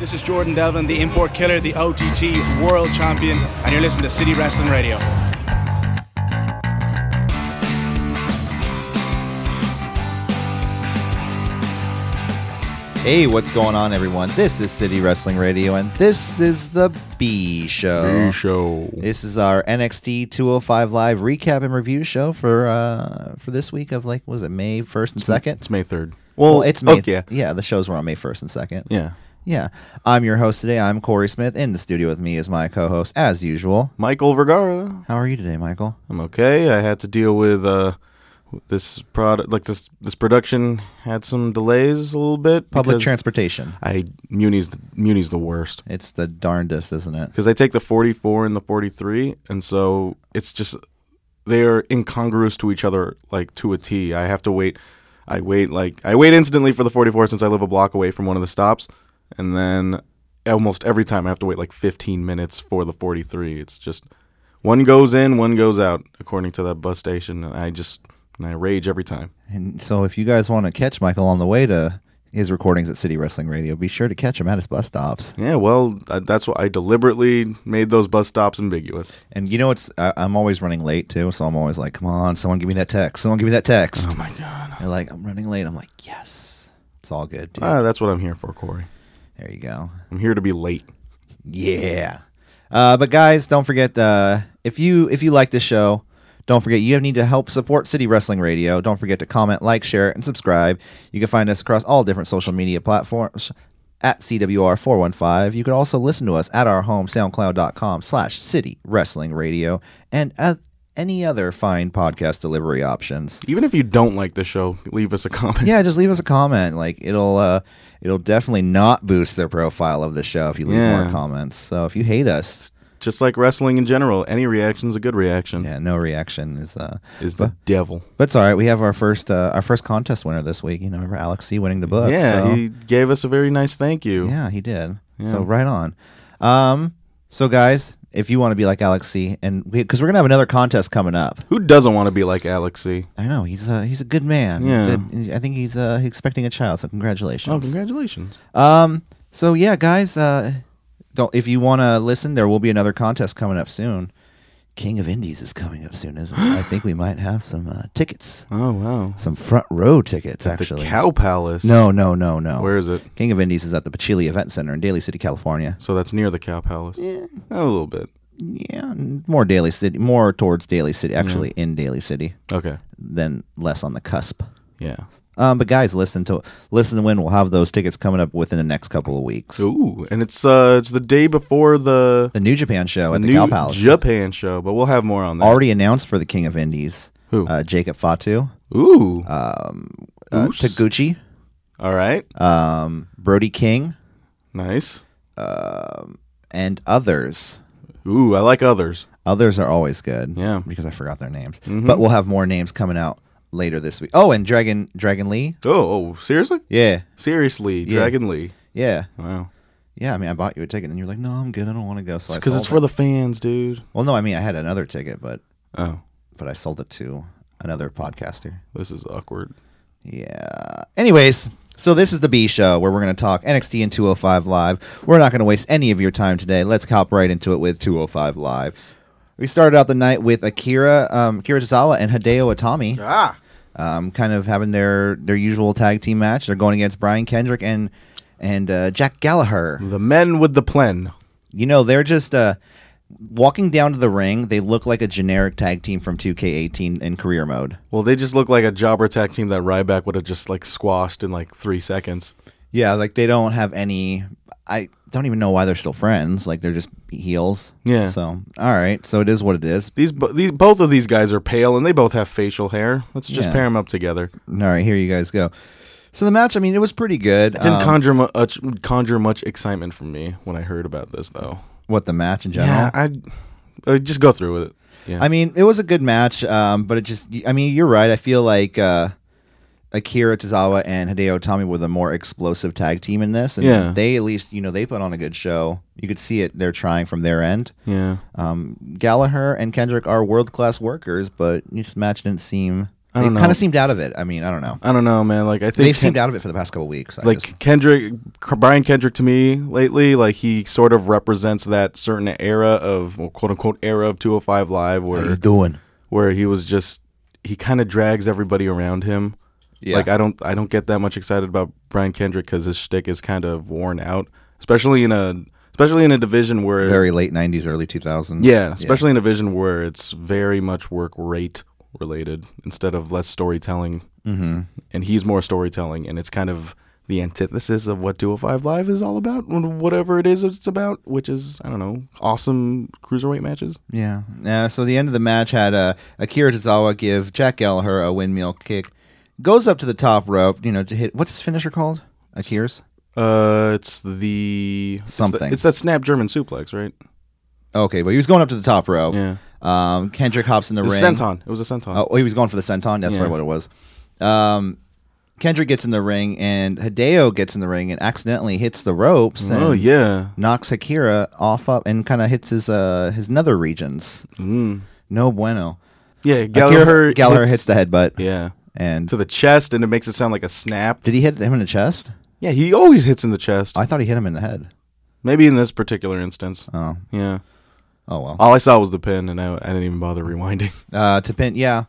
This is Jordan Delvin, the import killer, the OTT world champion, and you're listening to City Wrestling Radio. Hey, what's going on, everyone? This is City Wrestling Radio, and this is the B Show. show. This is our NXT 205 Live recap and review show for uh, for this week of like what was it May first and second? It's May third. Well, it's May. okay. yeah, the shows were on May first and second. Yeah, yeah. I'm your host today. I'm Corey Smith. In the studio with me is my co-host, as usual. Michael Vergara. How are you today, Michael? I'm okay. I had to deal with uh, this product, like this this production had some delays a little bit. Public because transportation. I Muni's the, Muni's the worst It's the darndest, isn't it? because I take the 44 and the 43, and so it's just they are incongruous to each other, like to a T. I have to wait. I wait like I wait instantly for the 44 since I live a block away from one of the stops, and then almost every time I have to wait like 15 minutes for the 43. It's just one goes in, one goes out, according to that bus station. And I just and I rage every time. And so, if you guys want to catch Michael on the way to his recordings at City Wrestling Radio, be sure to catch him at his bus stops. Yeah, well, I, that's why I deliberately made those bus stops ambiguous. And you know, it's I, I'm always running late too, so I'm always like, "Come on, someone give me that text. Someone give me that text." Oh my god! They're like, "I'm running late." I'm like, "Yes, it's all good, dude." Ah, that's what I'm here for, Corey. there you go. I'm here to be late. Yeah. Uh, but guys, don't forget uh, if you if you like this show, don't forget you need to help support City Wrestling Radio. Don't forget to comment, like, share, and subscribe. You can find us across all different social media platforms at CWR415. You can also listen to us at our home, soundcloud.com slash City Wrestling Radio, and at any other fine podcast delivery options. Even if you don't like the show, leave us a comment. Yeah, just leave us a comment. Like it'll uh, it'll definitely not boost their profile of the show if you leave Yeah. more comments. So if you hate us, Just like wrestling in general, any reaction's a good reaction. Yeah, no reaction is uh Is the devil. but it's all right. We have our first uh, our first contest winner this week. You know, remember Alex C winning the book. yeah, so- he gave us a very nice thank you. yeah, he did. So right on. Um, so guys, if you want to be like Alex C, and because we, are gonna have another contest coming up. Who doesn't want to be like Alexi? I know he's a he's a good man. He's Yeah. good- I think he's uh, expecting a child. So congratulations. Oh, congratulations. Um, so yeah, guys, uh, don't if you want to listen, there will be another contest coming up soon. King of Indies is coming up soon, isn't it? I think we might have some uh, tickets. Oh, wow. some front row tickets The actually. Cow Palace. no, no, no, no. Where is it? King of Indies is at the Pachili Event Center in Daly City, California. So that's near the Cow Palace. Yeah. A little bit. Yeah, n- more Daly City, more towards Daly City, actually in Daly City, Okay. than less on the cusp. Yeah. Um, but guys, listen to listen to when we'll have those tickets coming up within the next couple of weeks. Ooh, and it's uh it's the day before the, The New Japan show at the new Cal Palace Japan show, but we'll have more on that. already announced for the King of Indies. Who? Uh, Jacob Fatu, Ooh. uh, Oos. Taguchi, All right. um, Brody King, nice. and others. Ooh, I like others. Others are always good. Yeah. Mm-hmm. Because I forgot their names. But we'll have more names coming out later this week. Oh, and Dragon Dragon Lee. Oh, oh seriously? Yeah. Seriously, Dragon Lee. Yeah. Wow. Yeah. I mean I bought you a ticket and you're like, No, I'm good, I don't want to go. So I Because it's for the fans, dude. Well no, I mean I had another ticket but Oh, but I sold it to another podcaster. this is awkward. Yeah. Anyways, so this is the B show where we're gonna talk NXT and 205 Live. We're not gonna waste any of your time today. Let's hop right into it with 205 Live. We started out the night with Akira, um, Akira Tozawa and Hideo Itami. Ah, um, kind of having their their usual tag team match. They're going against Brian Kendrick and and uh, Jack Gallagher. the men with the plen. You know, they're just uh, walking down to the ring. They look like a generic tag team from 2K18 in career mode. Well, they just look like a jobber tag team that Ryback would have just like squashed in like three seconds. Yeah, like they don't have any. I don't even know why they're still friends. Like they're just heels. Yeah. So all right. So it is what it is. These, bo- these, both of these guys are pale, and they both have facial hair. Let's just Yeah. pair them up together. All right. Here you guys go. So the match. I mean, it was pretty good. Didn't Um, conjure much, conjure much excitement from me when I heard about this, though. what the match in general. I, I just go through with it. Yeah, I mean, it was a good match, um, but it just, I mean, you're right. I feel like uh, Akira Tozawa and Hideo Itami were the more explosive tag team in this. And Yeah. they at least, you know, they put on a good show. You could see it, they're trying from their end. yeah. Um, Gallagher and Kendrick are world class workers, but this match didn't seem. I They don't kind know. of seemed out of it. I mean, I don't know. I don't know, man. Like I think They've Ken- seemed out of it for the past couple weeks. I like just- Kendrick, Brian Kendrick to me lately, like he sort of represents that certain era of well, quote unquote era of 205 Live what are you where doing? where he was just he kind of drags everybody around him. Yeah. Like I don't I don't get that much excited about Brian Kendrick because his shtick is kind of worn out, especially in a especially in a division where Very late '90s, early 2000s. yeah, especially in a division where it's very much work rate related instead of less storytelling. Mm-hmm. And he's more storytelling, and it's kind of the antithesis of what 205 Live is all about, whatever it is it's about, which is, I don't know, awesome cruiserweight matches. Yeah. Yeah. So the end of the match had uh, Akira Tozawa give Jack Gallagher a windmill kick, goes up to the top rope, you know, to hit. What's his finisher called? Akira's? Uh, it's the it's the- Something. It's, that snap German suplex, right? Okay, but he was going up to the top rope. Yeah. Um, Kendrick hops in the The ring. senton. It was a senton. Oh, he was going for the senton. That's Yeah. right, what it was. Um, Kendrick gets in the ring, and Hideo gets in the ring and accidentally hits the ropes. Oh, and yeah. Knocks Akira off up and kind of hits his uh his nether regions. Mm. No bueno. Yeah, Akira- Gallagher Gallagher hits, the headbutt. yeah And to the chest, and it makes it sound like a snap. did he hit him in the chest? Yeah, he always hits in the chest. I thought he hit him in the head. Maybe in this particular instance. Oh, Yeah. oh well. All I saw was the pin, and I, I didn't even bother rewinding. Uh, to pin, yeah,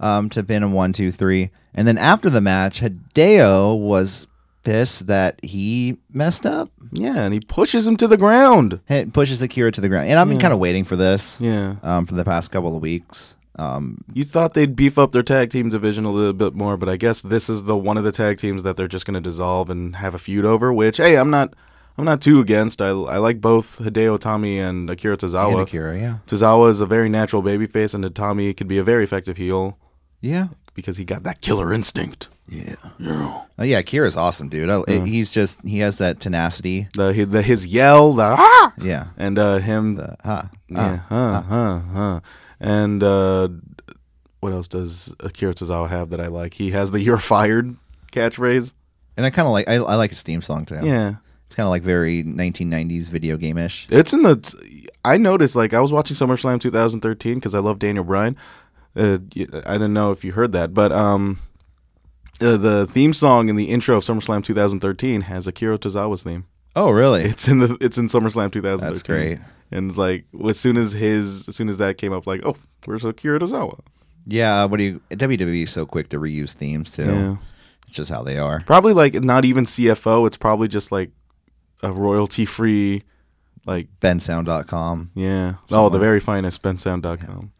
um, to pin him one, two, three, and then after the match, Hideo was pissed that he messed up. Yeah, and he pushes him to the ground. He pushes Akira to the ground, and I've been kind of waiting for this Yeah. um, for the past couple of weeks. Um, You thought they'd beef up their tag team division a little bit more, but I guess this is the one of the tag teams that they're just going to dissolve and have a feud over. Which, hey, I'm not, I'm not too against. I, I like both Hideo Tommy and Akira Tozawa. and Akira, yeah, Tozawa is a very natural babyface, and Tommy could be a very effective heel yeah, because he got that killer instinct. yeah, Oh, yeah. Akira's awesome, dude. I, He's just he has that tenacity. The, hi- the his yell, the ah, Yeah, and uh, him huh. Yeah, Uh-huh. huh, huh, huh. And uh, what else does Akira Tozawa have that I like? He has the "You're fired" catchphrase. and I kind of like I, I like his theme song too. Yeah, It's kind of like very 1990s video game ish. it's in the. I noticed, like, I was watching SummerSlam 2013 because I love Daniel Bryan. Uh, y- I didn't know if you heard that, but um, uh, the theme song in the intro of SummerSlam 2013 has Akira Tozawa's theme. Oh, really? It's in the. It's in SummerSlam 2013. That's great. And it's like as soon as his, as soon as that came up, like, oh, where's Akira Tozawa? Yeah, uh, what do you WWE is so quick to reuse themes too. Yeah. It's just how they are. probably like not even CFO. It's probably just like a royalty free, like bensound.com. yeah. Oh, the very finest bensound.com.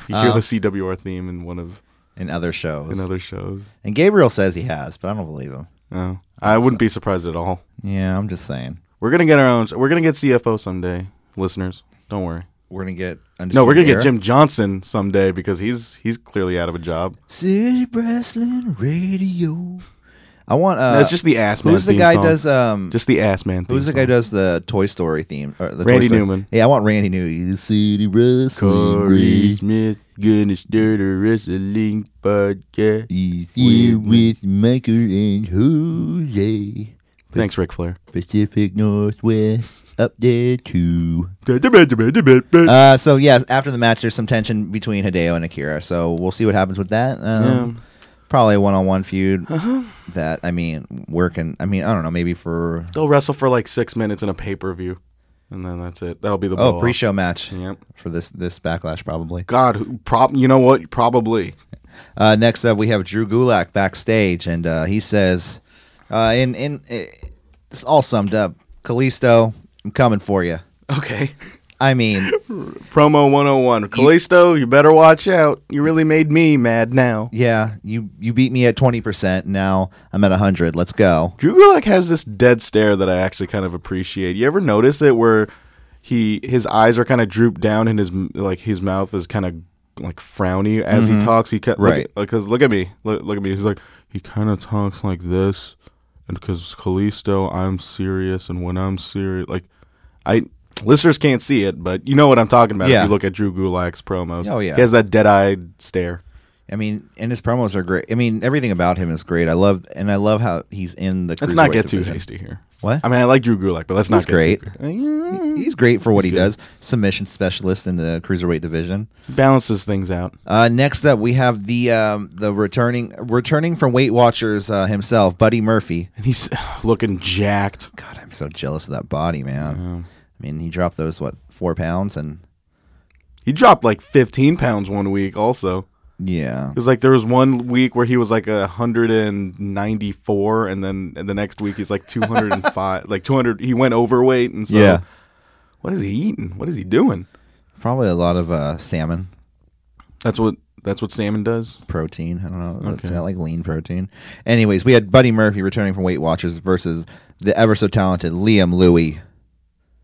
If you Uh, hear the CWR theme in one of and other shows. in other shows, and Gabriel says he has, but I don't believe him. no, I wouldn't be surprised at all. Yeah, I'm just saying. We're gonna get our own. We're gonna get CFO someday, listeners. Don't worry. We're gonna get No, we're Undisputed gonna get Jim Johnson someday because he's he's clearly out of a job. Era. City Wrestling Radio. I want uh That's just the ass man. who's the theme guy song. does um just the ass man. Theme who's the guy song. does the Toy Story theme or the Toy Randy Story- Newman. Yeah, I want Randy Newman. City Wrestling Corey Radio. Smith gonna start a wrestling podcast. He's here Weird. with Michael and Jose. Thanks, Ric Flair. Pacific Northwest up there too. Uh, Uh, so yes, after the match, there's some tension between Hideo and Akira. So we'll see what happens with that. Um, Probably a one-on-one feud. That I mean, working. I mean, I don't know. Maybe for They'll wrestle for like six minutes in a pay per view, and then that's it. That'll be the oh blow-off. pre-show match Yep. for this this backlash probably. God, who- prob you know what? Probably. Uh, next up, we have Drew Gulak backstage, and uh, he says, uh, "In in it's all summed up. Kalisto, I'm coming for you. Okay. I mean, Promo 101. Callisto, you better watch out. You really made me mad now. yeah, you you beat me at twenty percent. Now I'm at hundred. Let's go. Drew Gulak has this dead stare that I actually kind of appreciate. You ever notice it where he his eyes are kind of drooped down and his m- like his mouth is kind of like frowny as he talks. He kind Right. because look at me, look, look at me. He's like he kind of talks like this, and because Callisto, I'm serious, and when I'm serious, like I listeners can't see it, but you know what I'm talking about. Yeah. If you look at Drew Gulak's promos, Oh, yeah. he has that dead eyed stare. I mean, and his promos are great. I mean, everything about him is great. I love, and I love how he's in the. Let's not cruiserweight get too division. hasty here. What? I mean, I like Drew Gulak, but let's not He's get great. Too, He's great for what he good. does. Submission specialist in the cruiserweight division. balances things out. Uh, next up, we have the um, the returning returning from Weight Watchers uh, himself, Buddy Murphy. And he's looking jacked. God, I'm so jealous of that body, man. I mean, he dropped those what four pounds, and He dropped like 15 pounds one week. Also, yeah, it was like there was one week where he was like a 194, and then and the next week he's like 205, like 200. He went overweight, and so Yeah. what is he eating? What is he doing? probably a lot of uh, salmon That's what that's what salmon does. protein. I don't know. It's not like lean protein. Anyways, we had Buddy Murphy returning from Weight Watchers versus the ever so talented Liam Louie.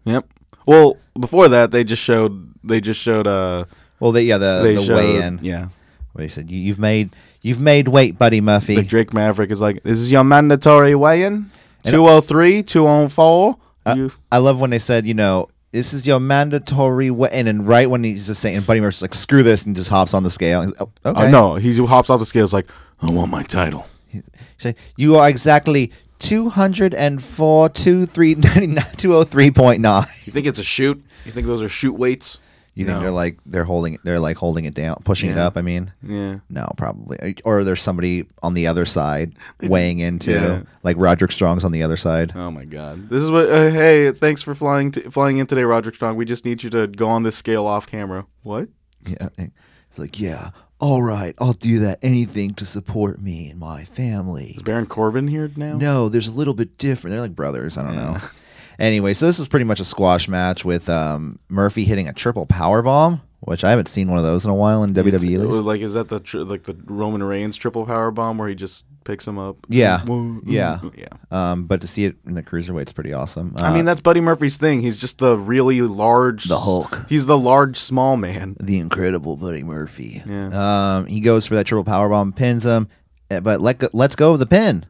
Yep. Well, before that, they just showed they just showed uh Well, they, yeah, the, they the showed weigh-in. yeah. Where he said, you, "You've made you've made weight, Buddy Murphy." Like Drake Maverick is like, this is your mandatory weigh-in. 203, 204. you I love when they said, you know, this is your mandatory weigh in. And right when he's just saying, Buddy Murphy's like, screw this, and just hops on the scale. He's, oh, okay. Uh, no, he hops off the scales like, I want my title. He's like, you are exactly 204, 23 203.9. You think it's a shoot? You think those are shoot weights? You think No. they're like, they're holding it, they're like holding it down, pushing it Yeah. up, I mean? Yeah. No, probably. Or there's somebody on the other side weighing in too, Yeah. like Roderick Strong's on the other side. Oh my God! This is what. Uh, hey, thanks for flying t- flying in today, Roger Strong. We just need you to go on this scale off camera. What? Yeah. It's like, yeah, all right, I'll do that. Anything to support me and my family. Is Baron Corbin here now? No, there's a little bit different. They're like brothers. I don't know. Anyway, so this was pretty much a squash match with um, Murphy hitting a triple power bomb, which I haven't seen one of those in a while in E. WWE. It's- at least. Like, is that the tr- like the Roman Reigns triple power bomb where he just picks him up? Yeah. Whoa. Yeah. yeah. Um, but to see it in the cruiserweight's pretty awesome. Uh, I mean, that's Buddy Murphy's thing. He's just the really large. The Hulk. He's the large small man. the incredible Buddy Murphy. Yeah. Um, he goes for that triple power bomb, pins him, eh, but let go, let's go of the pin.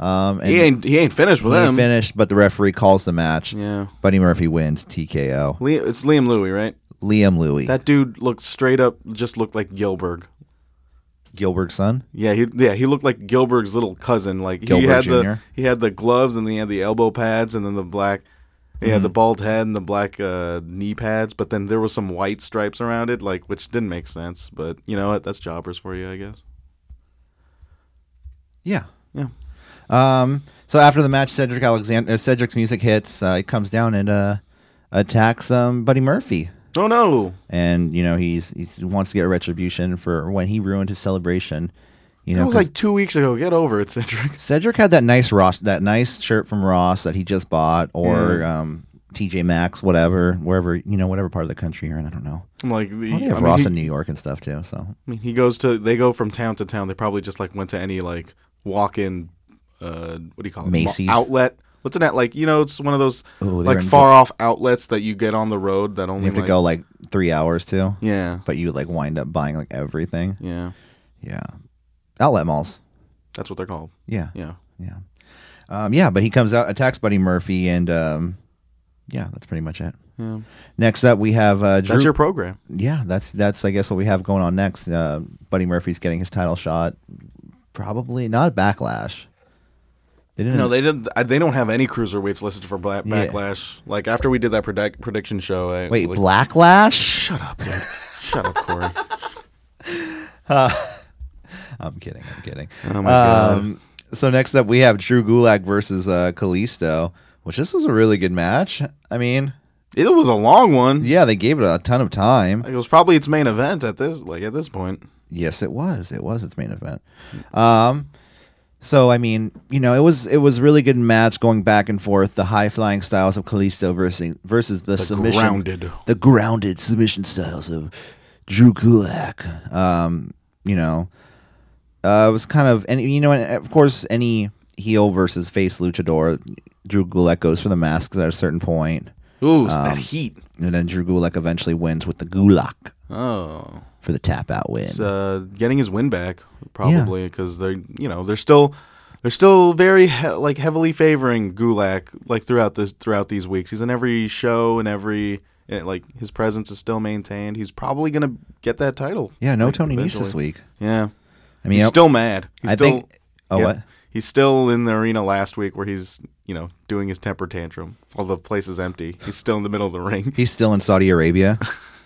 Um, and He ain't he ain't finished with he him. finished, but the referee calls the match. Yeah. Buddy Murphy wins TKO. Liam, it's Liam Louie, right? Liam Louie, That dude looked straight up, just looked like Gilbert. Gilbert's son. Yeah, he yeah he looked like Gilbert's little cousin. Like he Gilbert had Jr.. the he had the gloves and then he had the elbow pads and then the black. He had the Mm. bald head and the black uh, knee pads, but then there was some white stripes around it, like which didn't make sense. But you know what? That's jobbers for you, I guess. Yeah. Yeah. Um, so after the match, Cedric Alexander, uh, Cedric's music hits. Uh, he comes down and uh, attacks um, Buddy Murphy, Oh no! and you know he's he's- he wants to get retribution for when he ruined his celebration. You know, That was 'cause like two weeks ago. Get over it, Cedric. Cedric had that nice Ross, that nice shirt from Ross that he just bought, or Mm. um, TJ Maxx, whatever, wherever you know, whatever part of the country you're in. I don't know. I'm like, the, Well, they have I mean, Ross he- in New York and stuff too. So I mean, he goes to they go from town to town. They probably just like went to any like walk in, uh, what do you call it? Ma- Macy's. outlet. What's in that like? You know, it's one of those Oh, they're like in- far off outlets that you get on the road that you only have to like- go like three hours too, Yeah, but you like wind up buying like everything. yeah, Yeah, outlet malls. that's what they're called. Yeah. Yeah, Yeah. Um, yeah, but he comes out, attacks Buddy Murphy, and um, yeah, that's pretty much it. yeah. Next up, we have uh, Drew. That's your program. yeah, that's that's I guess what we have going on next. Uh, Buddy Murphy's getting his title shot, probably not backlash. They didn't. No, they didn't. I- They don't have any cruiserweights listed for Black Yeah. Backlash. Like after we did that predict- prediction show, I, wait, like, Blacklash? shut up, dude. shut up, Corey. I'm kidding. I'm kidding. Oh my god. Um, so next up, we have Drew Gulak versus uh, Kalisto, which this was a really good match. I mean, It was a long one. yeah, they gave it a ton of time. It was probably its main event at this like at this point. Yes, it was. It was its main event. Um, so I mean, you know, it was it was a really good match going back and forth. The high flying styles of Kalisto versus versus the, submission, grounded. the grounded submission styles of Drew Gulak. Um, you know, uh, it was kind of and you know, and of course, any heel versus face luchador, Drew Gulak goes for the masks at a certain point, Um, Ooh, it's that heat. and then Drew Gulak eventually wins with the Gulak Oh, for the tap out win. it's, uh, getting his win back probably because they're you know they're still they're still very he- like heavily favoring Gulak like throughout this throughout these weeks. He's in every show and every and, like his presence is still maintained. He's probably gonna get that title. yeah, no like, Tony Nese eventually. this week. Yeah, I mean, He's I- still mad. He's I still, think- oh, what? He's still in the arena last week where he's, you know, doing his temper tantrum while the place is empty. He's still in the middle of the ring. he's still in Saudi Arabia.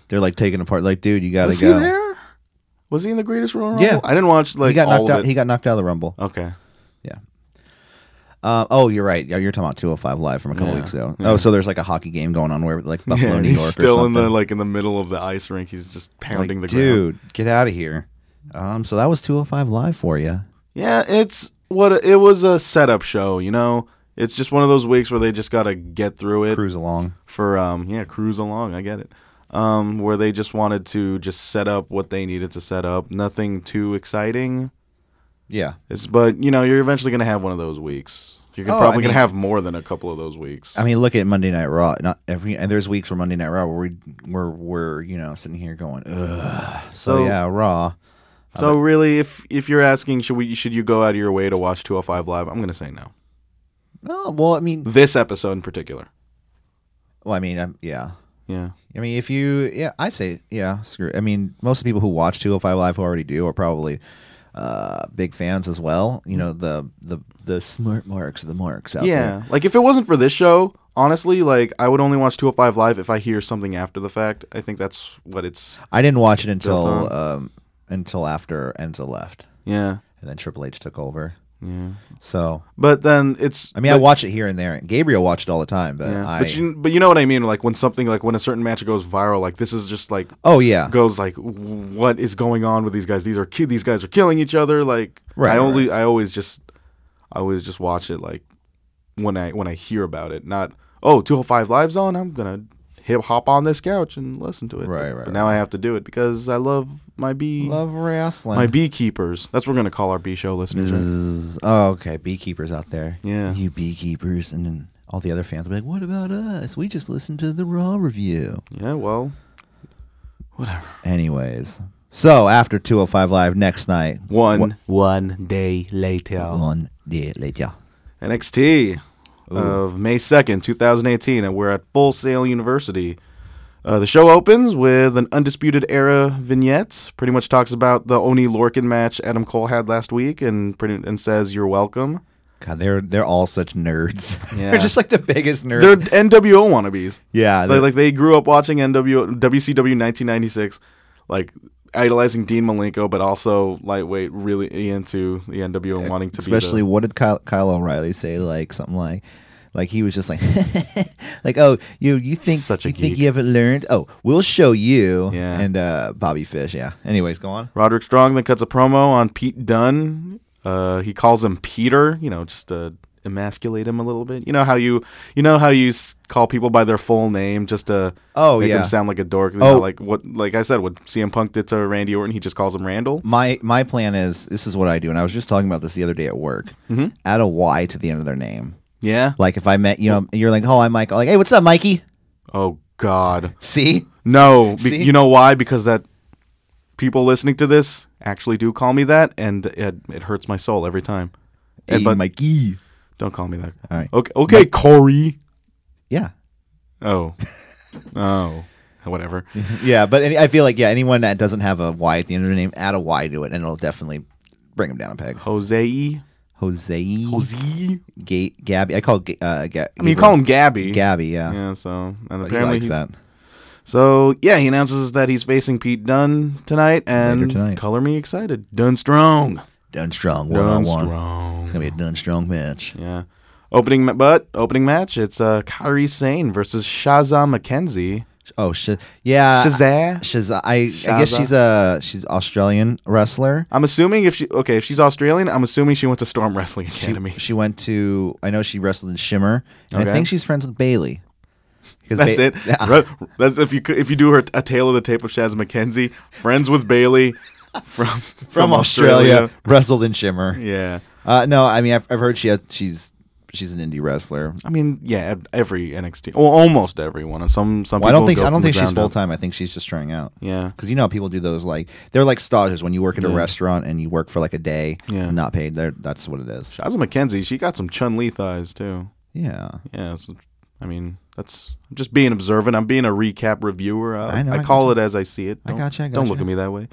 They're like taking apart. Like, dude, you gotta Was he go. there? Was he in the greatest Royal Rumble? Yeah. I didn't watch like he got all knocked of out. it. Oh. He got knocked out of the Rumble. okay. Yeah. Uh, oh, you're right. Yeah, You're talking about 205 Live from a couple Yeah, weeks ago. Oh, so there's like a hockey game going on where like Buffalo, Yeah, New he's York, still or in something. the like in the middle of the ice rink. He's just Like, pounding the ground. dude, get out of here. Um, so that was 205 Live for you. Yeah, it's what it was a setup show, you know. It's just one of those weeks where they just got to get through it Cruise along. for um yeah, cruise along, I get it. Um where they just wanted to just set up what they needed to set up. Nothing too exciting. Yeah. It's but, you know, you're eventually going to have one of those weeks. You're gonna Oh, I probably mean- Uh, going to have more than a couple of those weeks. I mean, look at Monday Night Raw. Not every and there's weeks where Monday Night Raw where we we're we're you know sitting here going, ugh. So, So- yeah, Raw. so really if if you're asking should we should you go out of your way to watch 205 live? I'm going to say no. Oh well, I mean, This episode in particular. well, I mean, i yeah. Yeah. I mean, if you, yeah, I say, yeah, screw. I mean, most of the people who watch 205 Live who already do are probably uh, big fans as well. You know, the the the smart marks, the marks out Yeah. Like if it wasn't for this show, honestly, like I would only watch 205 live if I hear something after the fact. I think that's what it's there. I didn't watch it Built until um, until after Enzo left, yeah. and then Triple H took over. Yeah. So But then it's I mean, I watch it here and there. Gabriel watched it all the time, but yeah. I. but you but you know what I mean like when something like when a certain match goes viral like this is just like oh yeah, goes like what is going on with these guys these are ki- these guys are killing each other like Right, I right, only I always just I always just watch it like when I when I hear about it not oh 205 lives on I'm going to hip hop on this couch and listen to it Right, But right, now I have to do it because I love my bee love wrestling. My beekeepers. That's what we're gonna call our bee show listeners. right? Zzz. Oh, okay. Beekeepers out there. Yeah. You beekeepers. And then all the other fans will be like, what about us? We just listened to the Raw review. Yeah. Well, Anyways. So after 205 Live next night, one one day later, one day later. NXT of May second, two thousand eighteen, and we're at Full Sail University. Uh, the show opens with an undisputed era vignette. Pretty much talks about the Oni Lorcan match Adam Cole had last week, and pretty and says you're welcome. God, they're they're all such nerds. Yeah. they're just like the biggest nerds. They're NWO wannabes. yeah, Like, they're- like they grew up watching NW WCW 1996, like idolizing Dean Malenko, but also lightweight, really into the NWO and wanting to especially be what did Kyle, Kyle O'Reilly say? Like something like, like he was just like, like oh you you think Such a you think geek. you haven't learned? Oh, we'll show you. Yeah. and uh, Bobby Fish. Yeah. Anyways, go on. the Roderick Strong. Then cuts a promo on Pete Dunne. Uh, he calls him Peter, you know, just to emasculate him a little bit. You know how you you know how you s- call people by their full name just to Oh, make yeah. them sound like a dork. You Oh. know, like what like I said, what CM Punk did to Randy Orton, he just calls him Randall. my my plan is this is what I do, and I was just talking about this the other day at work. Mm-hmm. Add a Y to the end of their name. Yeah. Like if I met you know you're like, oh, I'm Mike. I'm like, hey, what's up, Mikey? Oh God. See, No, See? be, you know why? Because that people listening to this actually do call me that, and it, it hurts my soul every time. hey, And, but Mikey. don't call me that. All right. Okay, okay, Corey. Yeah, Oh, oh, whatever. yeah. But any, I feel like yeah, anyone that doesn't have a Y at the end of their name, add a Y to it, and it'll definitely bring them down a peg. Jose. Jose, Jose. I Ga- Gabby. I call Ga- uh, Ga- mean, you call him Gabby. Gabby. Yeah, Yeah. So and But apparently he he's- likes that. So yeah, he announces that he's facing Pete Dunn tonight, and tonight. color me excited. Dunn strong. Done strong, one on one. strong. It's gonna be a done strong match. Yeah. Opening, ma- but opening match, it's uh, Kyrie Sane versus Shaza McKenzie. Oh shit! Yeah, Shazam. She's I, I guess Shaza. she's a she's Australian wrestler. I'm assuming if she okay, if she's Australian, I'm assuming she went to Storm Wrestling Academy. She went to I know she wrestled in Shimmer, and I Okay. think she's friends with Bailey. Because That's it. Ru- That's if you c- if you do her t- a tale of the tape of Shaz McKenzie, friends with Bailey from from, from Australia, wrestled in Shimmer. Yeah, Uh, no, I mean I've, I've heard she had, she's she's an indie wrestler. I mean, yeah, ev- every NXT, well, almost everyone, and some some. Well, I people don't think go I from don't the think she's ground full up. time. I think she's just trying out. Yeah, Because you know how people do those like they're like stages when you work at a restaurant and you work for like a day, Yeah. not paid. There, that's what it is. Shaz McKenzie, she got some Chun Li thighs too. Yeah, Yeah, so, I mean, that's I'm just being observant. I'm being a recap reviewer. I, I know, I I call it as I see it. I Don't- gotcha, I Don't gotcha. look at me that way.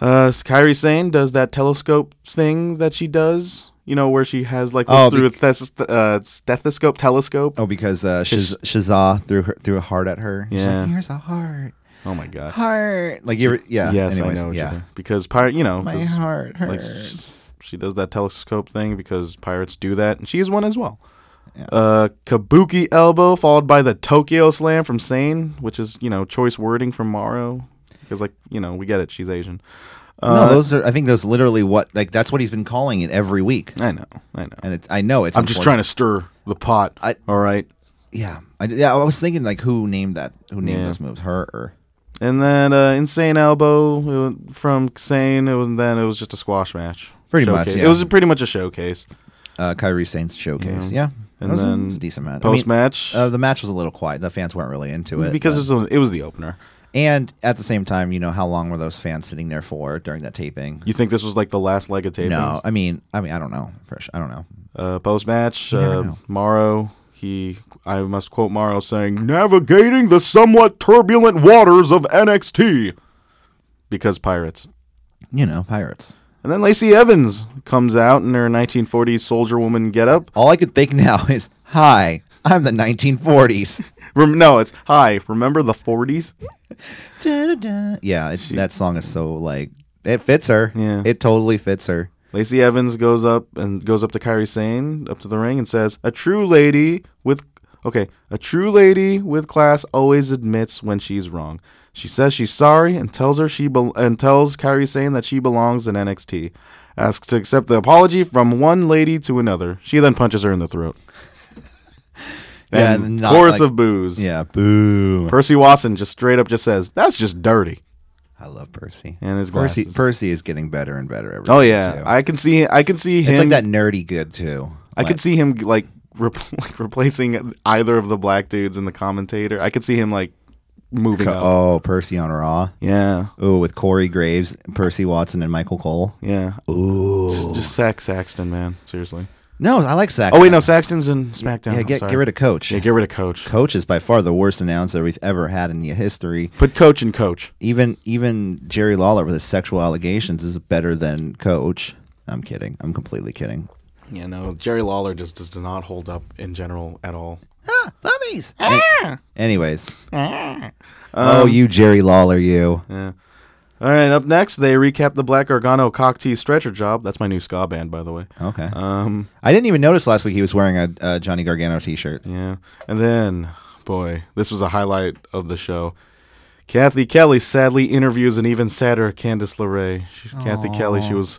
Uh, Kairi Sane does that telescope thing that she does. You know where she has like Oh, looks through a thes- uh, stethoscope, telescope. Oh, because uh, Shaz- Shazah threw her, threw a heart at her. She's Yeah. like, here's a heart, Oh my god. heart. Like you, were- yeah. yes, anyways, I know. What yeah, yeah, because pirate. You know, my 'cause, heart like, hurts. she does that telescope thing because pirates do that, and she is one as well. Uh, Kabuki elbow followed by the Tokyo slam from Sane, which is you know choice wording from Morrow, because like you know we get it, she's Asian. uh, no, those are. I think those literally what like that's what he's been calling it every week, I know, I know. and it's. I know it's. I'm just trying to stir the pot. I- all right. Yeah, I, yeah. I was thinking like who named that? Who named Yeah. those moves? Her or And then uh, insane elbow uh, from Sane, it was- and then it was just a squash match. Pretty much, Showcase. yeah. It was pretty much a showcase. uh, Kyrie Saint's showcase? Yeah, And it was, a- then it was a decent match. I mean, Post match uh, the match was a little quiet. The fans weren't really into it because but- it was, it was the opener. and at the same time, you know how long were those fans sitting there for during that taping? You think this was like the last leg of taping? No, I mean, I mean, I don't know. Fresh, I don't know. Uh, Post match, never uh, know. Morrow. He, I must quote Morrow saying, "Navigating the somewhat turbulent waters of NXT," because pirates. You know, pirates. And then Lacey Evans comes out in her 1940s soldier woman getup. All I could think now is, "Hi, I'm the 1940s." Rem- no, it's hi. Remember the 40s? Da-da-da. Yeah, it, that song is so like it fits her. Yeah. it totally fits her. Lacey Evans goes up and goes up to Kyrie Sane, up to the ring, and says, "A true lady with okay, a true lady with class always admits when she's wrong. She says she's sorry and tells her she bel and tells Kyrie Sane that she belongs in NXT. Asks to accept the apology from one lady to another. She then punches her in the throat. Yeah, and not chorus like- of boos. Yeah, boo. Percy Watson just straight up just says, "That's just dirty." I love Percy. And his Percy, glasses. Percy is getting better and better every. Oh week, yeah, too. I can see I can see him. it's like that nerdy good too. I Like, could see him like, re- like replacing either of the black dudes in the commentator. I could see him like moving co- up. Oh, Percy on Raw. Yeah, Oh, with Corey Graves, Percy Watson, and Michael Cole. yeah. Ooh. Just, just sack Saxton, man. Seriously. No, I like Saxon. Oh wait, no, Saxton's in SmackDown. Yeah, I'm get sorry. get rid of Coach. Yeah, get rid of Coach. Coach is by far the worst announcer we've ever had in the history. Put Coach in Coach. Even even Jerry Lawler with his sexual allegations is better than Coach. I'm kidding. I'm completely kidding. Yeah, no, Jerry Lawler just does not hold up in general at all. Ah, puppies. Anyways. oh, Um, you Jerry Lawler, you. Yeah. All right, up next they recap the Black Gargano cock tee stretcher job. That's my new ska band, by the way. Okay. Um. I didn't even notice last week he was wearing a, a Johnny Gargano t-shirt. Yeah. And then, boy, this was a highlight of the show. Kathy Kelly sadly interviews an even sadder Candice LeRae. She, Kathy Kelly, she was,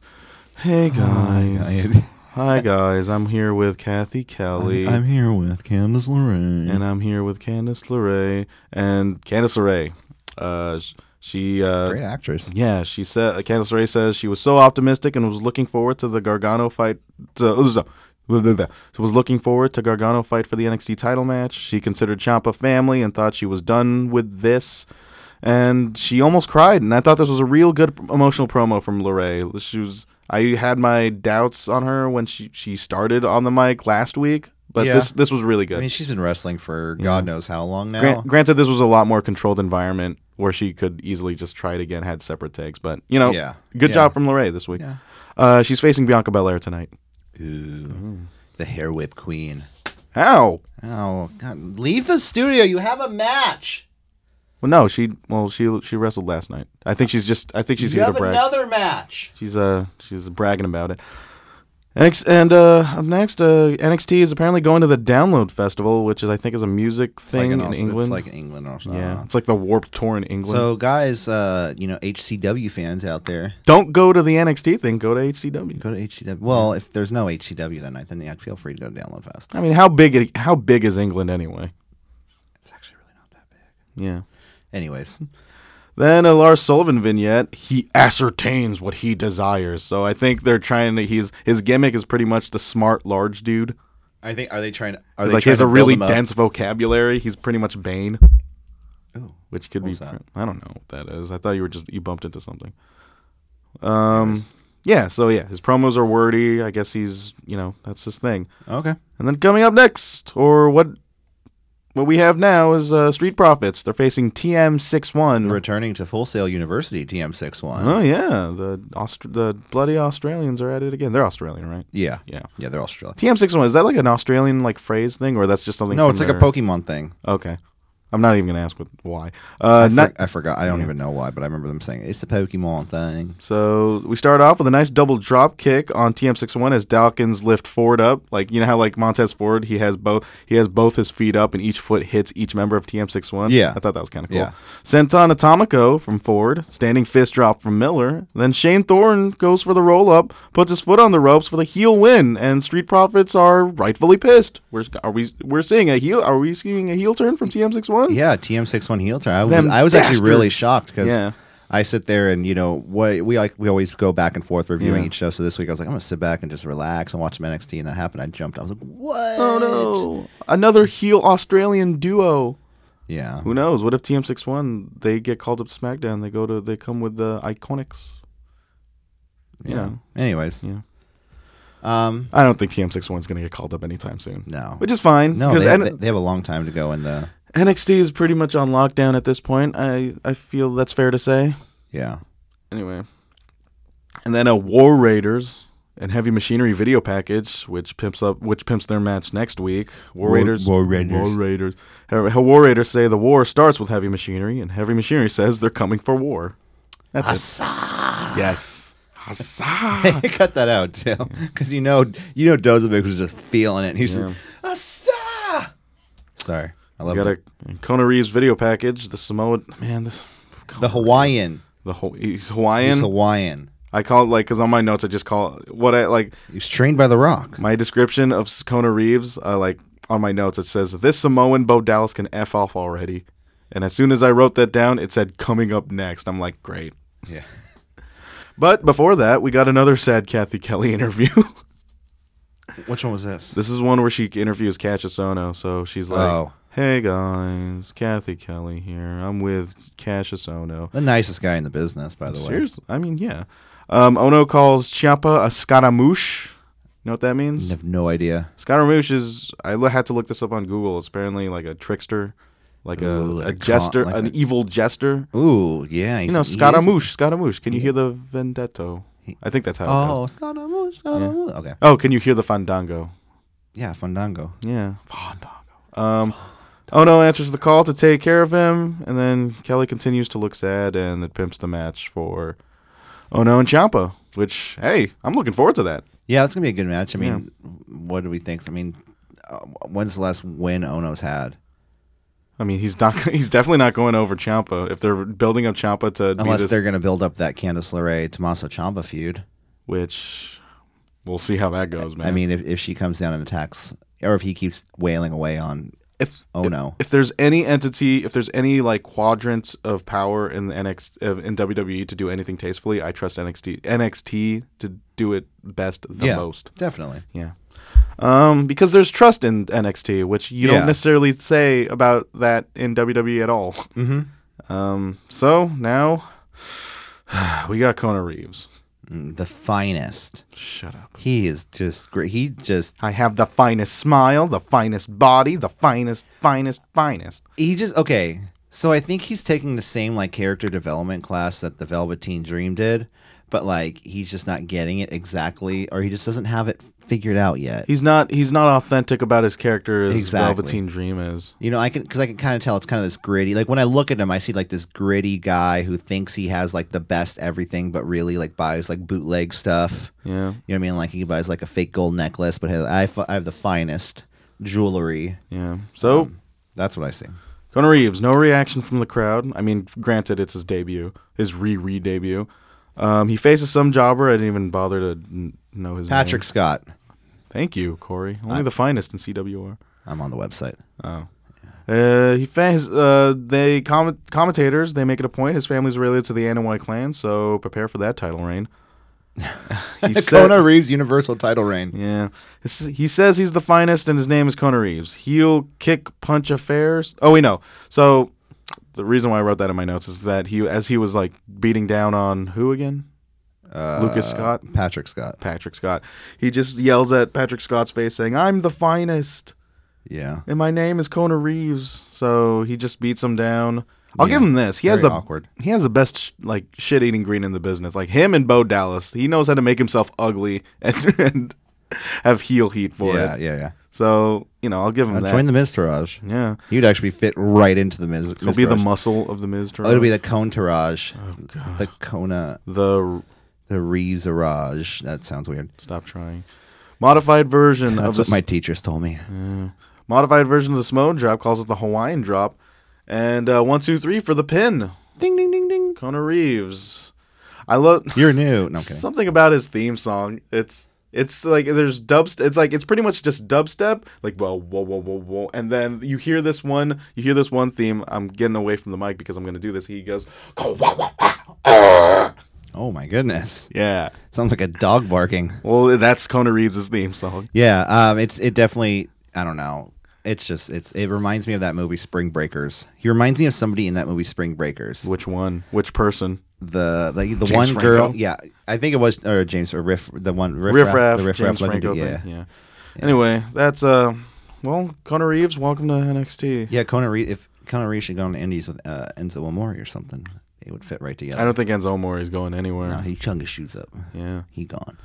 hey guys. Hi guys, I'm here with Kathy Kelly. here with Candice LeRae. and I'm here with Candice LeRae. And Candice LeRae, uh, sh- she uh, Great actress. yeah, she said uh, Candice Ray says she was so optimistic and was looking forward to the Gargano fight. To, uh, so- blah, blah, blah. So was looking forward to Gargano fight for the NXT title match. She considered Ciampa family and thought she was done with this. And she almost cried, and I thought this was a real good emotional promo from Lorray. She was. I had my doubts on her when she, she started on the mic last week, but Yeah. this this was really good. I mean, she's been wrestling for God knows how long now. Grant, granted, this was a lot more controlled environment where she could easily just try it again, had separate takes. But you know, Yeah. good Yeah. job from Lorray this week. Yeah. Uh, she's facing Bianca Belair tonight. Mm-hmm. Ooh. The hair whip queen. How? Oh, God. Leave the studio. You have a match. Well, no, she well she she wrestled last night. I think she's just I think she's You here to have brag. another match. She's uh she's bragging about it. NX and uh, up next, uh, NXT is apparently going to the Download Festival, which is I think is a music thing in England. It's like in England or something. yeah, it's like the Warped Tour in England. So, guys, uh, you know, HCW fans out there, don't go to the NXT thing. Go to HCW. go to HCW. Well, if there's no HCW that night, then yeah, feel free to go to Download Fest. I mean, how big how big is England anyway? It's actually really not that big. Yeah. Anyways, Then a Lars Sullivan vignette. He ascertains what he desires. So I think they're trying to. He's his gimmick is pretty much the smart large dude. I think are they trying to? Are they like he trying has to a build really him up? dense vocabulary. He's pretty much Bane, Ooh, which could be. was that? I don't know what that is. I thought you were just you bumped into something. Um. Yeah. So yeah, his promos are wordy. I guess he's you know that's his thing. okay. And then coming up next, or what? what we have now is uh, Street Profits. They're facing TM61. Returning to Full Sail University, TM61. oh yeah, the Aust- the bloody Australians are at it again. They're Australian, right? Yeah. Yeah. Yeah, they're Australian. TM61 is that like an Australian like phrase thing, or that's just something? No, from it's like their- a Pokemon thing. Okay, I'm not even gonna ask what why. Uh, I, for- not- I forgot. I don't even know why, but I remember them saying it's the Pokemon thing. So we start off with a nice double drop kick on TM61 as Dawkins lift Ford up. Like you know how like Montez Ford, he has both he has both his feet up and each foot hits each member of TM61. Yeah. I thought that was kind of cool. Yeah. Senton Atomico from Ford, standing fist drop from Miller. Then Shane Thorne goes for the roll up, puts his foot on the ropes for the heel win, and Street Profits are rightfully pissed. We're are we we're seeing a heel are we seeing a heel turn from TM61? Yeah, TM61 heel turn. I was, Them I was actually bastards. really shocked because Yeah. I sit there and you know what we like. We always go back and forth reviewing Yeah. each show. So this week I was like, I'm gonna sit back and just relax and watch some NXT, and that happened. I jumped. I was like, what? Oh no. Another heel Australian duo. Yeah. Who knows? What if TM61 they get called up to SmackDown? They go to they come with the Iconics. Yeah. Yeah. Anyways. Yeah. Um. I don't think TM61 is going to get called up anytime soon. No. Which is fine No. because They, N- they, they have a long time to go in the. NXT is pretty much on lockdown at this point. I I feel that's fair to say. Yeah. Anyway. And then a War Raiders and Heavy Machinery video package, which pimps up, which pimps their match next week. War, Raiders, War Raiders, War Raiders. How- how War Raiders say the war starts with Heavy Machinery, and Heavy Machinery says they're coming for war. That's it. Yes. Huzzah. Cut that out too, because you know you know Dozovic was just feeling it. He's like, "Asa!" Sorry. I love Got a it. Kona Reeves video package. The Samoa man, this the Hawaiian. the whole he's Hawaiian. He's Hawaiian. I call it like because on my notes I just call it, what I like He was trained by The Rock. my description of Kona Reeves, uh, like on my notes, it says this Samoan Bo Dallas can f off already. And as soon as I wrote that down, it said coming up next. I'm like, great. Yeah. But before that, we got another sad Kathy Kelly interview. Which one was this? this is one where she interviews Cassius Ohno. So she's like, Oh. "Hey guys, Kathy Kelly here. I'm with Cassius Ohno. The nicest guy in the business, by the way. Seriously, I mean, yeah. Um, Ono calls Ciampa a scaramouche. You know what that means? I have no idea. Scaramouche is I l- had to look this up on Google. It's apparently like a trickster, like a, Ooh, like a a con- jester, like an a- evil jester. Ooh, yeah. You know, Scaramouche, Scaramouche. Can you hear the vendetto? I think that's how. It goes. Oh, Scaramouche, Scaramouche. Okay. Oh, can you hear the fandango? Yeah, Fandango. Yeah, fandango. Um, Ono answers the call to take care of him, and then Kelly continues to look sad, and it pimps the match for Ono and Champa. Which, hey, I'm looking forward to that. Yeah, that's going to be a good match. I mean, what do we think? I mean, uh, when's the last win Ono's had? I mean, he's not. He's definitely not going over Champa if they're building up Champa to be Unless this they're going to build up that Candice LeRae Tommaso Ciampa feud. which we'll see how that goes, man. I mean, if, if she comes down and attacks, or if he keeps wailing away on if Ono. if there's any entity, if there's any like quadrants of power in the NXT of- in WWE to do anything tastefully, I trust NXT NXT to do it best the yeah, most. definitely. Yeah. Um, because there's trust in NXT, which you Yeah. don't necessarily say about that in WWE at all. Mm-hmm. Um, so now we got Kona Reeves. Mm, The finest. Shut up. He is just great. He just I have the finest smile, the finest body, the finest, finest, finest. He just okay. So I think he's taking the same like character development class that the Velveteen Dream did, but like he's just not getting it exactly, or he just doesn't have it figured out yet. He's not he's not authentic about his character as Exactly. Velveteen Dream is. You know, I can because I can kind of tell it's kind of this gritty. Like when I look at him, I see like this gritty guy who thinks he has like the best everything, but really like buys like bootleg stuff. Yeah. You know what I mean? Like he buys like a fake gold necklace, but has, I fi- I have the finest jewelry. Yeah. So That's what I see. Conor Reeves, no reaction from the crowd. I mean, granted it's his debut, his re re debut. Um, he faces some jobber. I didn't even bother to n- know his Patrick name. Scott. Thank you, Corey. Only the finest in CWR. I'm on the website. Oh. Uh, he fa- his, uh, they comment- commentators they make it a point. His family's related to the Anoa'i clan, so prepare for that title reign. he said- Kona Reeves Universal Title Reign. Yeah. This is- He says he's the finest and his name is Conor Reeves. Heel, kick, punch affairs. Oh, we know. So the reason why I wrote that in my notes is that he, as he was like beating down on who again? Uh, Lucas Scott? Patrick Scott. Patrick Scott. He just yells at Patrick Scott's face saying, I'm the finest. Yeah. And my name is Kona Reeves, so he just beats him down. I'll Yeah. give him this. He has Very the awkward. he has the best sh- like shit eating green in the business. Like him and Bo Dallas, he knows how to make himself ugly and, and have heel heat for Yeah, it. yeah, yeah. So you know, I'll give him Uh, that. join the Miztourage. yeah, You'd actually fit right into the Miz. he'll be the Oh, Miztourage. muscle of the Miz. Oh, it'll be the, the Cone Tourage. the Kona, the the Reeves Arage. That sounds weird. stop trying modified version of That's the what my teachers told me. modified version of the Samoan drop calls it the Hawaiian drop, and uh, one two three for the pin. Ding, ding, ding, ding. Kona Reeves. I love. You're new. No, I'm kidding. something about his theme song. It's it's like there's dubstep. It's like it's pretty much just dubstep. Like whoa whoa whoa whoa whoa, and then you hear this one. You hear this one theme. I'm getting away from the mic because I'm gonna do this. He goes, Oh, my goodness. uh." yeah. Sounds like a dog barking. Well, that's Kona Reeves' theme song. Yeah, um, it's it definitely. I don't know. It's just it's it reminds me of that movie Spring Breakers. He reminds me of somebody in that movie Spring Breakers. Which one? Which person? The the, the James one girl. Franco? Yeah, I think it was or James or Riff. The one Riff, Riff Raff, The Riff James Raff. looking Franco. dude, Yeah. Yeah. yeah. yeah. Anyway, that's uh, well, Kona Reeves. Welcome to NXT. Conor Reed. If Conor Reed should go on the Indies with uh, Enzo Amore or something, it would fit right together. I don't think Enzo Amore is going anywhere. No, he chung his shoes up. yeah. He gone.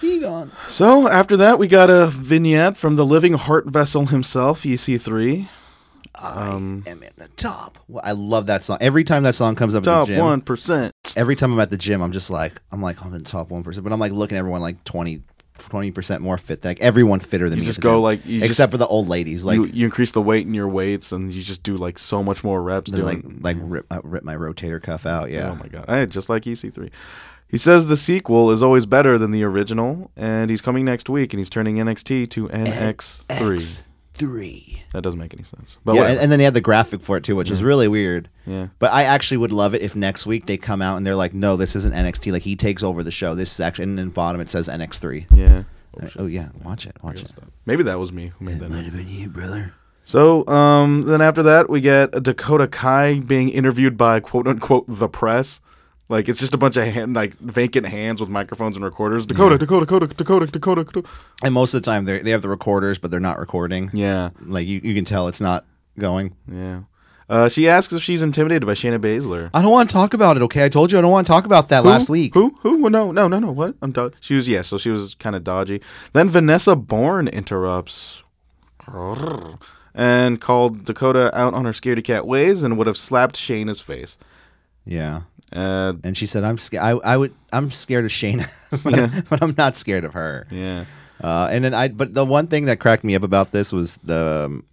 He gone. So after that, we got a vignette from the living heart vessel himself, E EC3. I am in Um, the top. Well, I love that song. Every time that song comes up Top in the gym, one percent. every time I'm at the gym, I'm just like, I'm like, oh, I'm in the top 1%, but I'm like looking at everyone like 20, 20% more fit. Like everyone's fitter than You me. at just the go gym. like you except for the old ladies. just, Like, you, you increase the weight in your weights, and you just do like so much more reps. they're like, doing- like rip, uh, rip my rotator cuff out. Yeah. oh my god, I just like EC3. He says the sequel is always better than the original, and he's coming next week, and he's turning NXT to NX3. X three. That doesn't make any sense. But yeah. whatever. And, and then they had the graphic for it too, which is really weird. Oh, Yeah. But I actually would love it if next week they come out and they're like, no, this isn't NXT. Like he takes over the show. This is actually, and in the bottom it says NX3. yeah. Uh, Oh, yeah. Watch it. Watch it. Maybe that was me who made that. Might have been you, brother. So um, then after that, we get Dakota Kai being interviewed by quote unquote the press. Like it's just a bunch of hand, like vacant hands with microphones and recorders. Dakota, Dakota, Dakota, Dakota, Dakota, Dakota. And most of the time they they have the recorders, but they're not recording. Yeah, Like you, you can tell it's not going. yeah. Uh, she asks if she's intimidated by Shayna Baszler. I don't want to talk about it. Okay, I told you I don't want to talk about that last Who? week. Who? Who? Well, No, no, no, no. What? I'm done. She was yeah. So she was kind of dodgy. Then Vanessa Bourne interrupts, and called Dakota out on her scaredy cat ways and would have slapped Shayna's face. Yeah. Uh, And she said, "I'm scared. I, I would. I'm scared of Shayna, but, I'm, but I'm not scared of her." yeah. Uh, and then I. But the one thing that cracked me up about this was the um,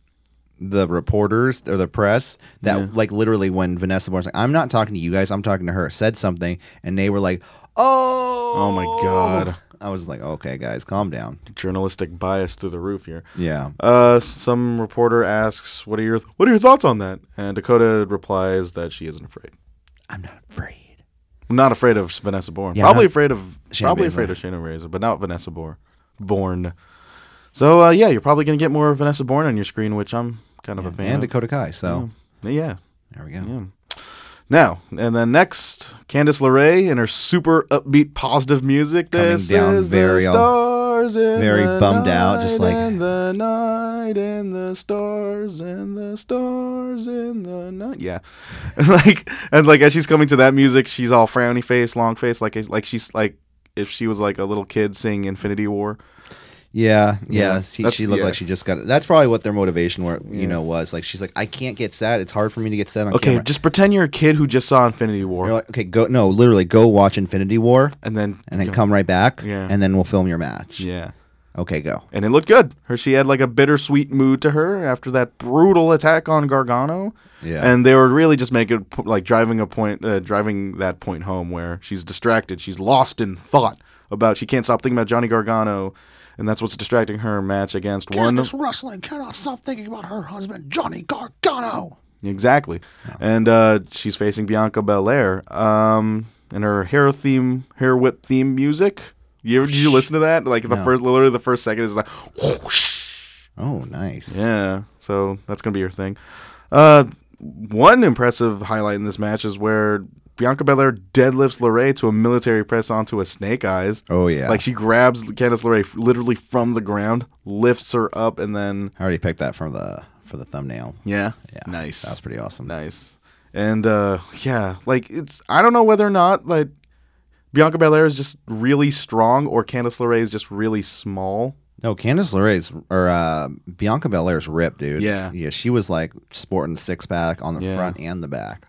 the reporters or the press that like literally when Vanessa Bourne's like, "I'm not talking to you guys. I'm talking to her." Said something, and they were like, "Oh, Oh my god. I was like, "Okay, guys, calm down." journalistic bias through the roof here. Yeah. Uh, some reporter asks, "What are your What are your thoughts on that?" And Dakota replies that she isn't afraid. I'm not afraid. I'm not afraid of Vanessa Bourne. Yeah, probably not- afraid of Shayna probably Baszler. afraid of Shayna Razor, but not Vanessa Bourne. Bourne. So uh, yeah, you're probably gonna get more Vanessa Bourne on your screen, which I'm kind of a fan. And of. Dakota Kai. So yeah. there we go. Now and then next, Candice LeRae and her super upbeat, positive music. Coming this down is very, the um, stars in very the bummed out, just night like- and the night and the stars and the stars in the night. Yeah, and like and like as she's coming to that music, she's all frowny face, long face, like like she's like if she was like a little kid singing Infinity War. Yeah, yeah. Yeah, She, that's- she looked yeah. like she just got. That's probably what their motivation were. You know, was like she's like, I can't get sad. It's hard for me to get sad on Okay, camera. just pretend you're a kid who just saw Infinity War, You're like, okay, go. No, literally, go watch Infinity War and then and then come right back. Yeah. and then we'll film your match. yeah. Okay, go. and it looked good. Her she had like a bittersweet mood to her after that brutal attack on Gargano. Yeah. and they were really just making like driving a point, uh, driving that point home where she's distracted, she's lost in thought about she can't stop thinking about Johnny Gargano, and that's what's distracting her match against one wrestling cannot stop thinking about her husband, Johnny Gargano. exactly, and uh, she's facing Bianca Belair. Um, and her hair theme, hair whip theme music. You, did you listen to that? Like the first, literally the first second is like. whoosh. Oh, nice. Yeah, so that's gonna be your thing. Uh, one impressive highlight in this match is where Bianca Belair deadlifts Lorray to a military press onto a snake eyes. Oh, yeah. Like she grabs Candice LeRae f- literally from the ground, lifts her up, and then I already picked that for the for the thumbnail. yeah, Yeah, nice. That was pretty awesome. Nice. And uh yeah, like it's I don't know whether or not like Bianca Belair is just really strong or Candice LeRae is just really small. No, Candice LeRae's or uh, Bianca Belair's ripped, dude. Yeah. yeah. She was like sporting six pack on the Yeah. front and the back.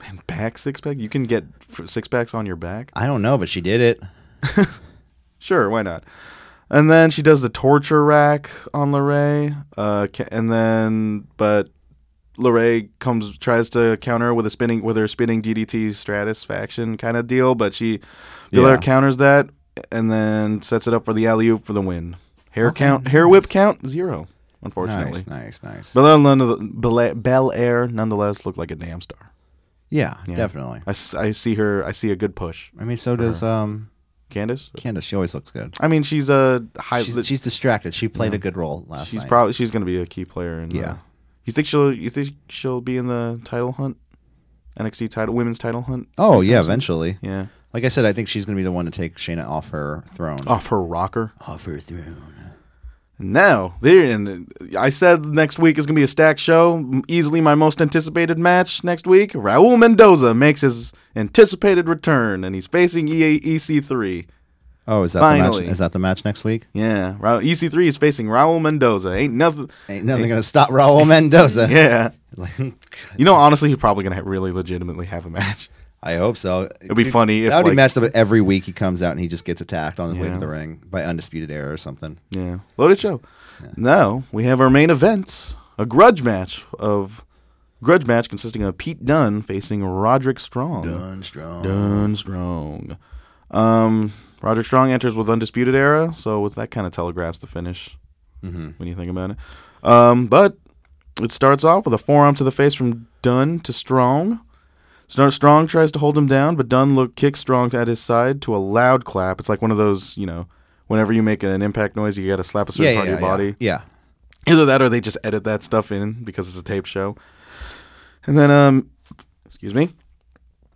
Man, back six pack? You can get f- six packs on your back? I don't know, but she did it. Sure, why not? And then she does the torture rack on LeRae. Uh, ca- and then, but LeRae comes, tries to counter with a spinning, with her spinning DDT Stratus faction kind of deal. But she, Belair Yeah. counters that and then sets it up for the alley oop for the win. Hair count, hair whip count, zero, unfortunately. Nice, nice, nice. Belair, none- Bela- Bel Air, nonetheless, looked like a damn star. yeah, definitely. I, s- I see her, I see a good push. I mean, so does um Candace? Candice. She always looks good. I mean, she's a high. She's, she's distracted. She played a good role last She's night. probably she's going to be a key player. In the- Yeah. you think she'll you think she'll be in the title hunt, NXT title women's title hunt? oh yeah, eventually. Yeah, Like I said, I think she's gonna be the one to take Shayna off her throne. off her rocker. Off her throne. Now there, and I said next week is going to be a stacked show. Easily my most anticipated match next week. Raul Mendoza makes his anticipated return, and he's facing E EA, EC3. Oh, is that the Finally. match? Is that the match next week? Yeah, Ra- EC3 is facing Raul Mendoza. Ain't nothing. Ain't nothing gonna stop Raul Mendoza. Yeah, Like, you know, honestly, he's probably going to really legitimately have a match. I hope so. It'd be funny if, that would be like- matched up every week. He comes out and he just gets attacked on his way to Yeah. the ring by undisputed era or something. Yeah. Loaded show. Now we have our main event, a grudge match of grudge match consisting of Pete Dunne facing Roderick Strong. Dunn Strong. Um, Roderick Strong enters with Undisputed Era, so with that kind of telegraphs the finish Mm-hmm. when you think about it. Um, but it starts off with a forearm to the face from Dunn to Strong. Star- Strong tries to hold him down, but Dunn look kicks Strong at his side to a loud clap. It's like one of those, you know, whenever you make an impact noise, you got to slap a certain Yeah, part yeah, of your body. yeah, yeah. Either that or they just edit that stuff in because it's a tape show. And then, um, excuse me,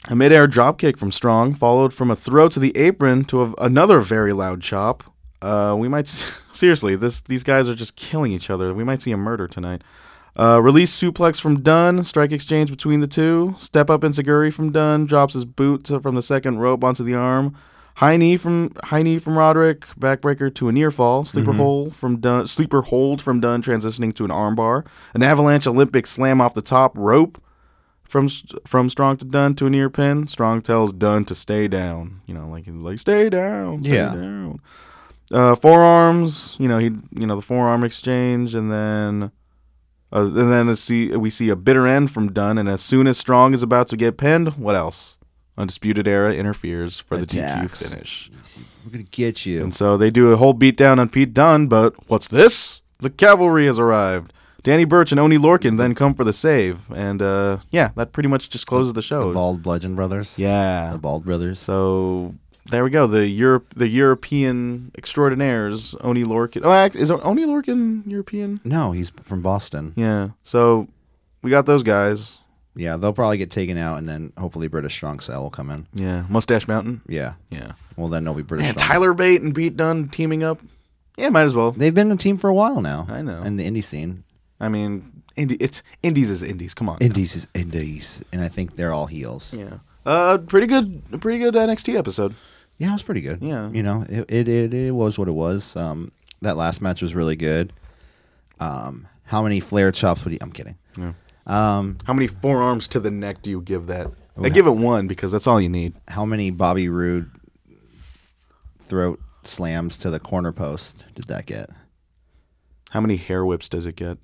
a midair dropkick from Strong, followed from a throw to the apron to a, another very loud chop. Uh, we might s- seriously, this these guys are just killing each other. We might see a murder tonight. Uh, release suplex from Dunn, strike exchange between the two. Step up Insiguri from Dunn, drops his boot to, from the second rope onto the arm. High knee from high knee from Roderick, backbreaker to a near fall. Sleeper hold from Dunn, sleeper hold from Dunn, transitioning to an armbar. An avalanche Olympic slam off the top rope from from Strong to Dunn to an ear pin. Strong tells Dunn to stay down. You know, like he's like stay down, stay Yeah. down. Uh, forearms. You know he you know the forearm exchange, and then uh, and then it's see we see a bitter end from Dunn. And as soon as Strong is about to get pinned, what else? Undisputed Era interferes for Attacks. the TQ finish. We're gonna get you. And so they do a whole beatdown on Pete Dunne, but what's this? The cavalry has arrived. Danny Burch and Oni Lorkin then come for the save. And uh, yeah, that pretty much just closes the show. Bald Bludgeon Brothers. yeah. the Bald Brothers. So there we go. The Europe, the European extraordinaires, Oni Lorkin. Oh, act- is Oni Lorkin European? No, he's from Boston. Yeah. So we got those guys. Yeah, they'll probably get taken out, and then hopefully British Strong Style will come in. Yeah. Mustache Mountain. Yeah. Yeah. Well, then they'll be British. Man, Strong. Tyler Bate and Pete Dunne teaming up. Yeah, might as well. They've been a team for a while now. I know. In the indie scene, I mean, indie, it's indies is indies. Come on. indies is indies, and I think they're all heels. Yeah, Yeah. Uh, pretty good. Pretty good NXT episode. it was pretty good. Yeah. You know, it it, it it was what it was. Um, that last match was really good. Um, how many flare chops would you? I'm kidding. How many forearms to the neck do you give that? Oh, I give it one because that's all you need. how many Bobby Roode throat slams to the corner post did that get? How many hair whips does it get?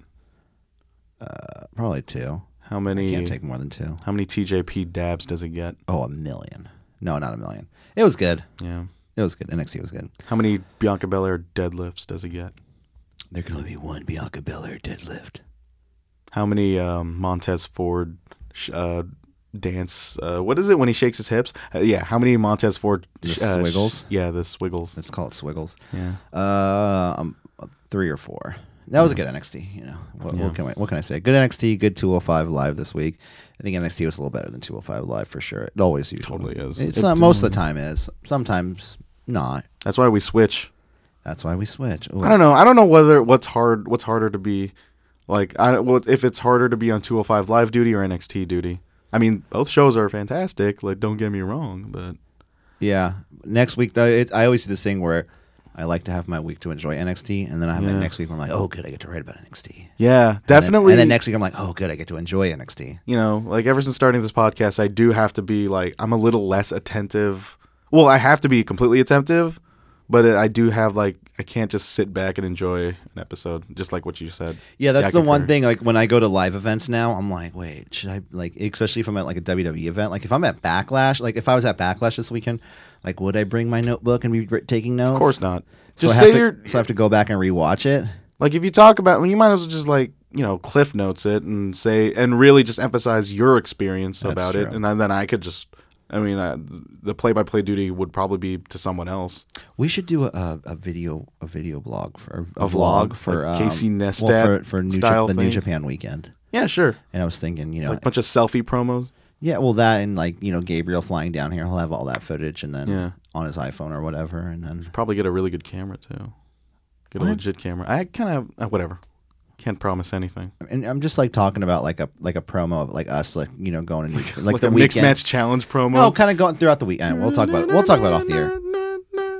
Probably two. How many? Can't take more than two. How many TJP dabs does it get? Oh, a million. No, not a million. It was good. Yeah. It was good. NXT was good. How many Bianca Belair deadlifts does it get? There can only be one Bianca Belair deadlift. How many um, Montez Ford sh- uh, dance? Uh, what is it when he shakes his hips? Uh, yeah. How many Montez Ford sh- The uh, sh- swiggles? yeah, the swiggles. Let's call it swiggles. Yeah. Uh, um, three or four. that was a good NXT. You know, what, what can I, what can I say? Good NXT, good 205 live this week. I think NXT was a little better than 205 live for sure. It always usually Totally is. It's not most of the time is. Sometimes not. That's why we switch. That's why we switch. Ooh. I don't know. I don't know whether what's hard. What's harder to be like? I don't- well, if it's harder to be on 205 live duty or NXT duty. I mean, both shows are fantastic. Like, don't get me wrong, but Yeah. Next week, though, it, I always do this thing where I like to have my week to enjoy NXT, and then I have my Yeah. next week where I'm like, oh, good, I get to write about NXT. yeah, definitely. And then next week, I'm like, oh, good, I get to enjoy NXT. you know, like ever since starting this podcast, I do have to be like I'm a little less attentive. Well, I have to be completely attentive, but I do have like I can't just sit back and enjoy an episode, just like what you said. Yeah, that's I the one concur. thing. Like when I go to live events now, I'm like, wait, should I like, especially if I'm at like a WWE event, like if I'm at Backlash, like if I was at Backlash this weekend, like would I bring my notebook and be r- taking notes? Of course not. So Just I have say to- your So I have to go back and rewatch it. like if you talk about, well, you might as well just like you know cliff notes it and say and really just emphasize your experience about it, true. and then then I could just. I mean, uh, the play-by-play duty would probably be to someone else. We should do a- a, a video a video blog for a, A vlog, vlog for like um, Casey well, Neistat for, for New style Jap- the New thing. Japan weekend. Yeah, sure. And I was thinking, you know, Like a bunch of selfie promos. yeah, well, that and like you know Gabriel flying down here, he'll have all that footage, and then Yeah. on his iPhone or whatever, and then probably get a really good camera too. Get a legit camera. I kind of uh, whatever. Can't promise anything. and I'm just like talking about like a like a promo of like us like you know going and like, like the a mixed weekend. match challenge promo. No, kind of going Oh, throughout the weekend. We'll talk about it. We'll talk about it off the air.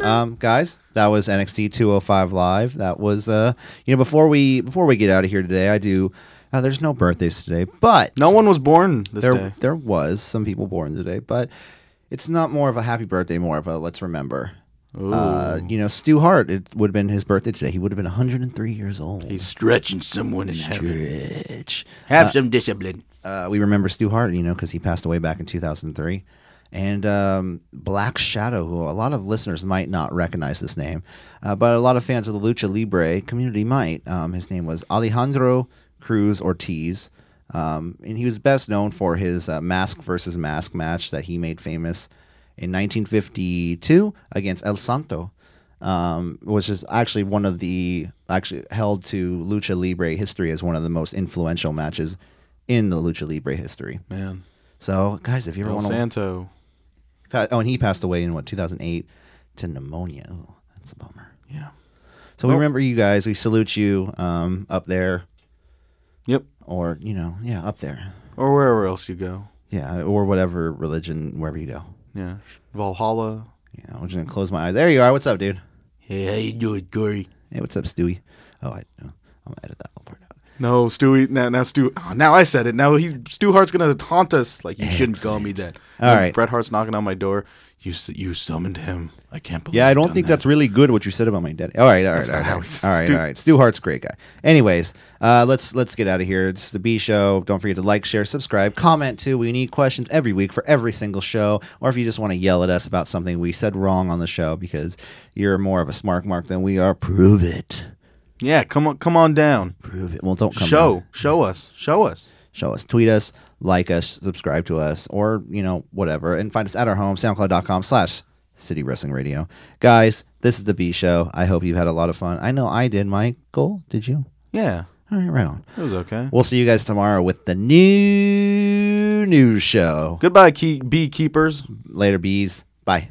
Um, guys, that was NXT 205 live. That was uh, you know, before we before we get out of here today, I do. Uh, there's no birthdays today, but No one was born this there day. there was some people born today, but it's not more of a happy birthday, more of a let's remember. Uh, you know, Stu Hart. It would have been his birthday today. He would have been 103 years old. He's stretching someone in rich. Have some discipline. uh, we remember Stu Hart, you know, because he passed away back in 2003. And um, Black Shadow, who a lot of listeners might not recognize this name, uh, but a lot of fans of the Lucha Libre community might. Um, his name was Alejandro Cruz Ortiz. Um, and he was best known for his uh, mask versus mask match that he made famous in 1952 against El Santo um, which is actually one of the actually held to lucha libre history as one of the most influential matches in the lucha libre history. Man, So, guys, if you ever El want to, Santo. oh, and he passed away in what 2008 to pneumonia. Ooh, that's a bummer. Yeah. So we remember you guys. We salute you um, up there, Yep. or you know, yeah, up there, Or wherever else you go. yeah, or whatever religion, wherever you go. Yeah. Valhalla. You know, I'm just gonna close my eyes. There you are. What's up, dude? Hey, how you doing, Corey? Hey, what's up, Stewie? Oh, I, I'm gonna edit that whole part out. No, Stewie. Now, now Stu. Oh, now I said it. Now he's Stu Hart's gonna taunt us. Like you shouldn't call me that. All And right. Bret Hart's knocking on my door. You s- you summoned him. I can't believe. Yeah, I you've don't done think that. that's really good what you said about my daddy. All right, all right, all not right, how all right, it's- all right, Stu- all right. Stu Hart's a great guy. Anyways, uh, let's let's get out of here. It's the B Show. Don't forget to like, share, subscribe, comment too. We need questions every week for every single show, or if you just want to yell at us about something we said wrong on the show because you're more of a smart mark than we are, prove it. Yeah, come on, come on down. Prove it. Well, don't come show, down. show us, show us. show us, tweet us, like us, subscribe to us, or you know whatever, and find us at our home, SoundCloud.com/slash City Wrestling Radio. Guys, this is the B Show. I hope you had a lot of fun. I know I did. Michael, did you? Yeah, All right, right on. it was okay. We'll see you guys tomorrow with the new news show. Goodbye, key beekeepers. Later, bees. Bye.